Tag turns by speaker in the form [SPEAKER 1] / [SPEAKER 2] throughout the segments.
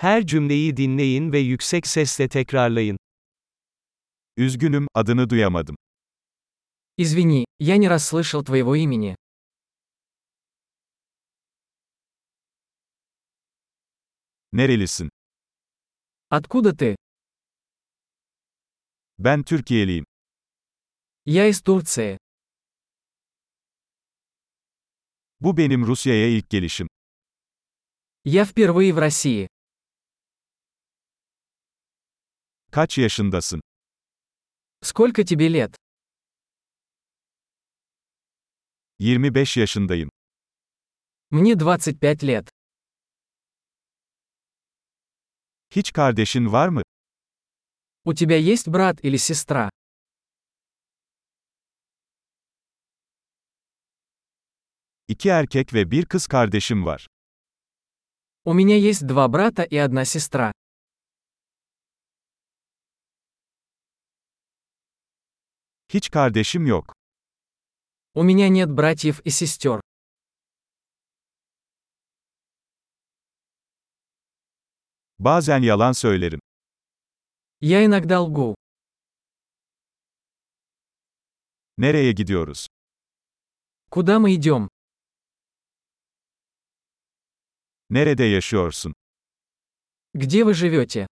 [SPEAKER 1] Her cümleyi dinleyin ve yüksek sesle tekrarlayın.
[SPEAKER 2] Üzgünüm, adını duyamadım.
[SPEAKER 3] Извини, я не расслышал твоего имени.
[SPEAKER 2] Nerelisin?
[SPEAKER 3] Откуда ты?
[SPEAKER 2] Ben Türkiye'liyim.
[SPEAKER 3] Я из Турции.
[SPEAKER 2] Bu benim Rusya'ya ilk gelişim.
[SPEAKER 3] Я впервые в России.
[SPEAKER 2] Kaç yaşındasın?
[SPEAKER 3] Сколько тебе лет?
[SPEAKER 2] 25 yaşındayım.
[SPEAKER 3] Мне 25 лет.
[SPEAKER 2] Hiç kardeşin var mı?
[SPEAKER 3] У тебя есть брат или сестра?
[SPEAKER 2] İki erkek ve bir kız kardeşim var.
[SPEAKER 3] У меня есть два брата и одна сестра.
[SPEAKER 2] Hiç kardeşim yok.
[SPEAKER 3] У меня нет братьев и сестер.
[SPEAKER 2] Bazen yalan söylerim.
[SPEAKER 3] Я иногда лгу.
[SPEAKER 2] Nereye gidiyoruz?
[SPEAKER 3] Куда мы идем?
[SPEAKER 2] Nerede yaşıyorsun?
[SPEAKER 3] Где вы живете?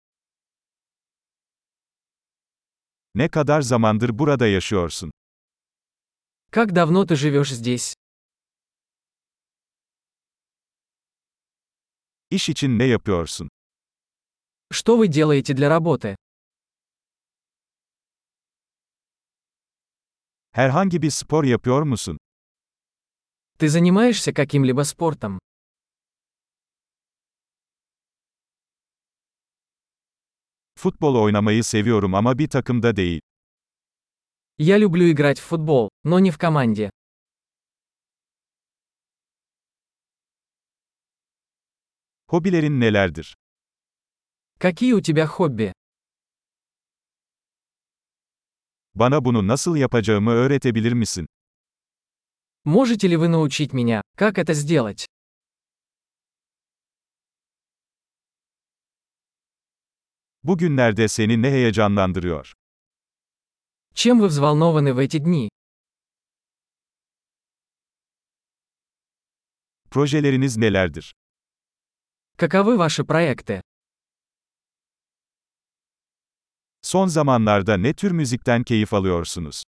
[SPEAKER 2] Ne kadar zamandır burada yaşıyorsun?
[SPEAKER 3] Как давно ты живешь здесь?
[SPEAKER 2] İş için ne yapıyorsun?
[SPEAKER 3] Что вы делаете для работы?
[SPEAKER 2] Herhangi bir spor yapıyor musun?
[SPEAKER 3] Ты занимаешься каким-либо спортом?
[SPEAKER 2] Futbol oynamayı seviyorum ama bir takımda değil.
[SPEAKER 3] Я люблю играть в футбол, но не в команде.
[SPEAKER 2] Hobilerin nelerdir?
[SPEAKER 3] Какие у тебя хобби?
[SPEAKER 2] Bana bunu nasıl yapacağımı öğretebilir misin?
[SPEAKER 3] Можете ли вы научить меня, как это сделать?
[SPEAKER 2] Bugünlerde seni ne heyecanlandırıyor?
[SPEAKER 3] Чем вы взволнованы в эти дни?
[SPEAKER 2] Projeleriniz nelerdir?
[SPEAKER 3] Каковы ваши проекты?
[SPEAKER 2] Son zamanlarda ne tür müzikten keyif alıyorsunuz?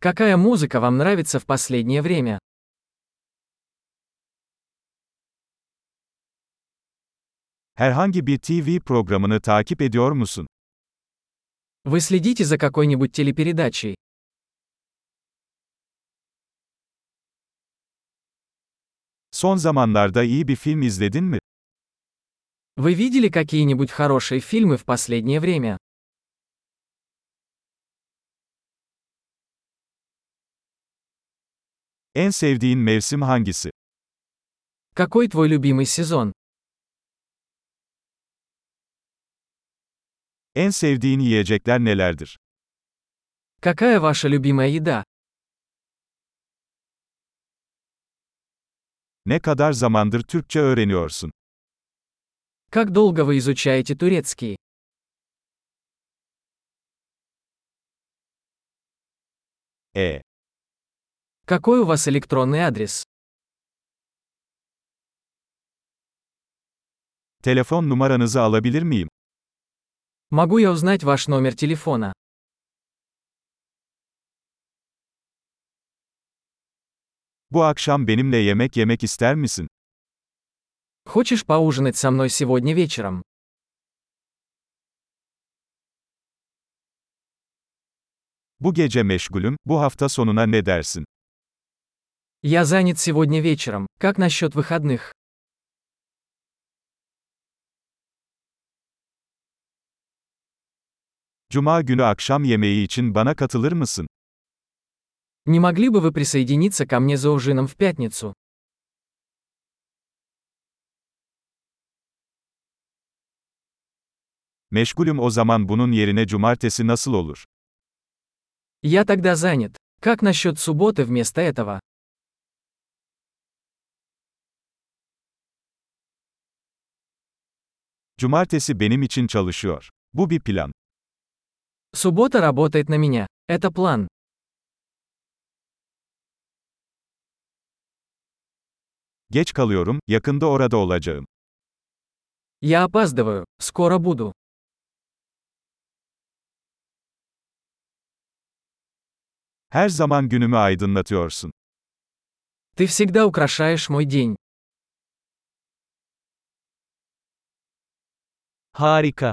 [SPEAKER 3] Какая музыка вам нравится в последнее время?
[SPEAKER 2] Herhangi bir TV programını takip ediyor musun?
[SPEAKER 3] Вы следите за какой-нибудь телепередачей?
[SPEAKER 2] Son zamanlarda iyi bir film izledin mi?
[SPEAKER 3] Вы видели какие-нибудь хорошие фильмы в последнее время?
[SPEAKER 2] En sevdiğin mevsim hangisi?
[SPEAKER 3] Какой твой любимый сезон?
[SPEAKER 2] En sevdiğin yiyecekler nelerdir?
[SPEAKER 3] Какая ваша любимая еда?
[SPEAKER 2] Ne kadar zamandır Türkçe öğreniyorsun?
[SPEAKER 3] Как долго вы изучаете турецкий?
[SPEAKER 2] E.
[SPEAKER 3] Какой у вас электронный адрес?
[SPEAKER 2] Telefon numaranızı alabilir miyim?
[SPEAKER 3] Могу я узнать ваш номер телефона?
[SPEAKER 2] Bu akşam benimle yemek yemek ister misin?
[SPEAKER 3] Хочешь поужинать со мной сегодня вечером?
[SPEAKER 2] Bu gece meşgulüm, bu hafta sonuna ne dersin?
[SPEAKER 3] Я занят сегодня вечером. Как насчет выходных?
[SPEAKER 2] Cuma günü akşam yemeği için bana katılır mısın?
[SPEAKER 3] Не могли бы вы присоединиться ко мне за ужином в пятницу?
[SPEAKER 2] Meşgulüm o zaman bunun yerine cumartesi nasıl olur?
[SPEAKER 3] Я тогда занят. Как насчет субботы вместо этого?
[SPEAKER 2] Cumartesi benim için çalışıyor. Bu bir plan.
[SPEAKER 3] Суббота работает на меня. Это план.
[SPEAKER 2] Geç kalıyorum, yakında orada olacağım.
[SPEAKER 3] Я опаздываю. Скоро буду.
[SPEAKER 2] Her zaman günümü aydınlatıyorsun.
[SPEAKER 3] Ты всегда украшаешь мой день.
[SPEAKER 1] Harika.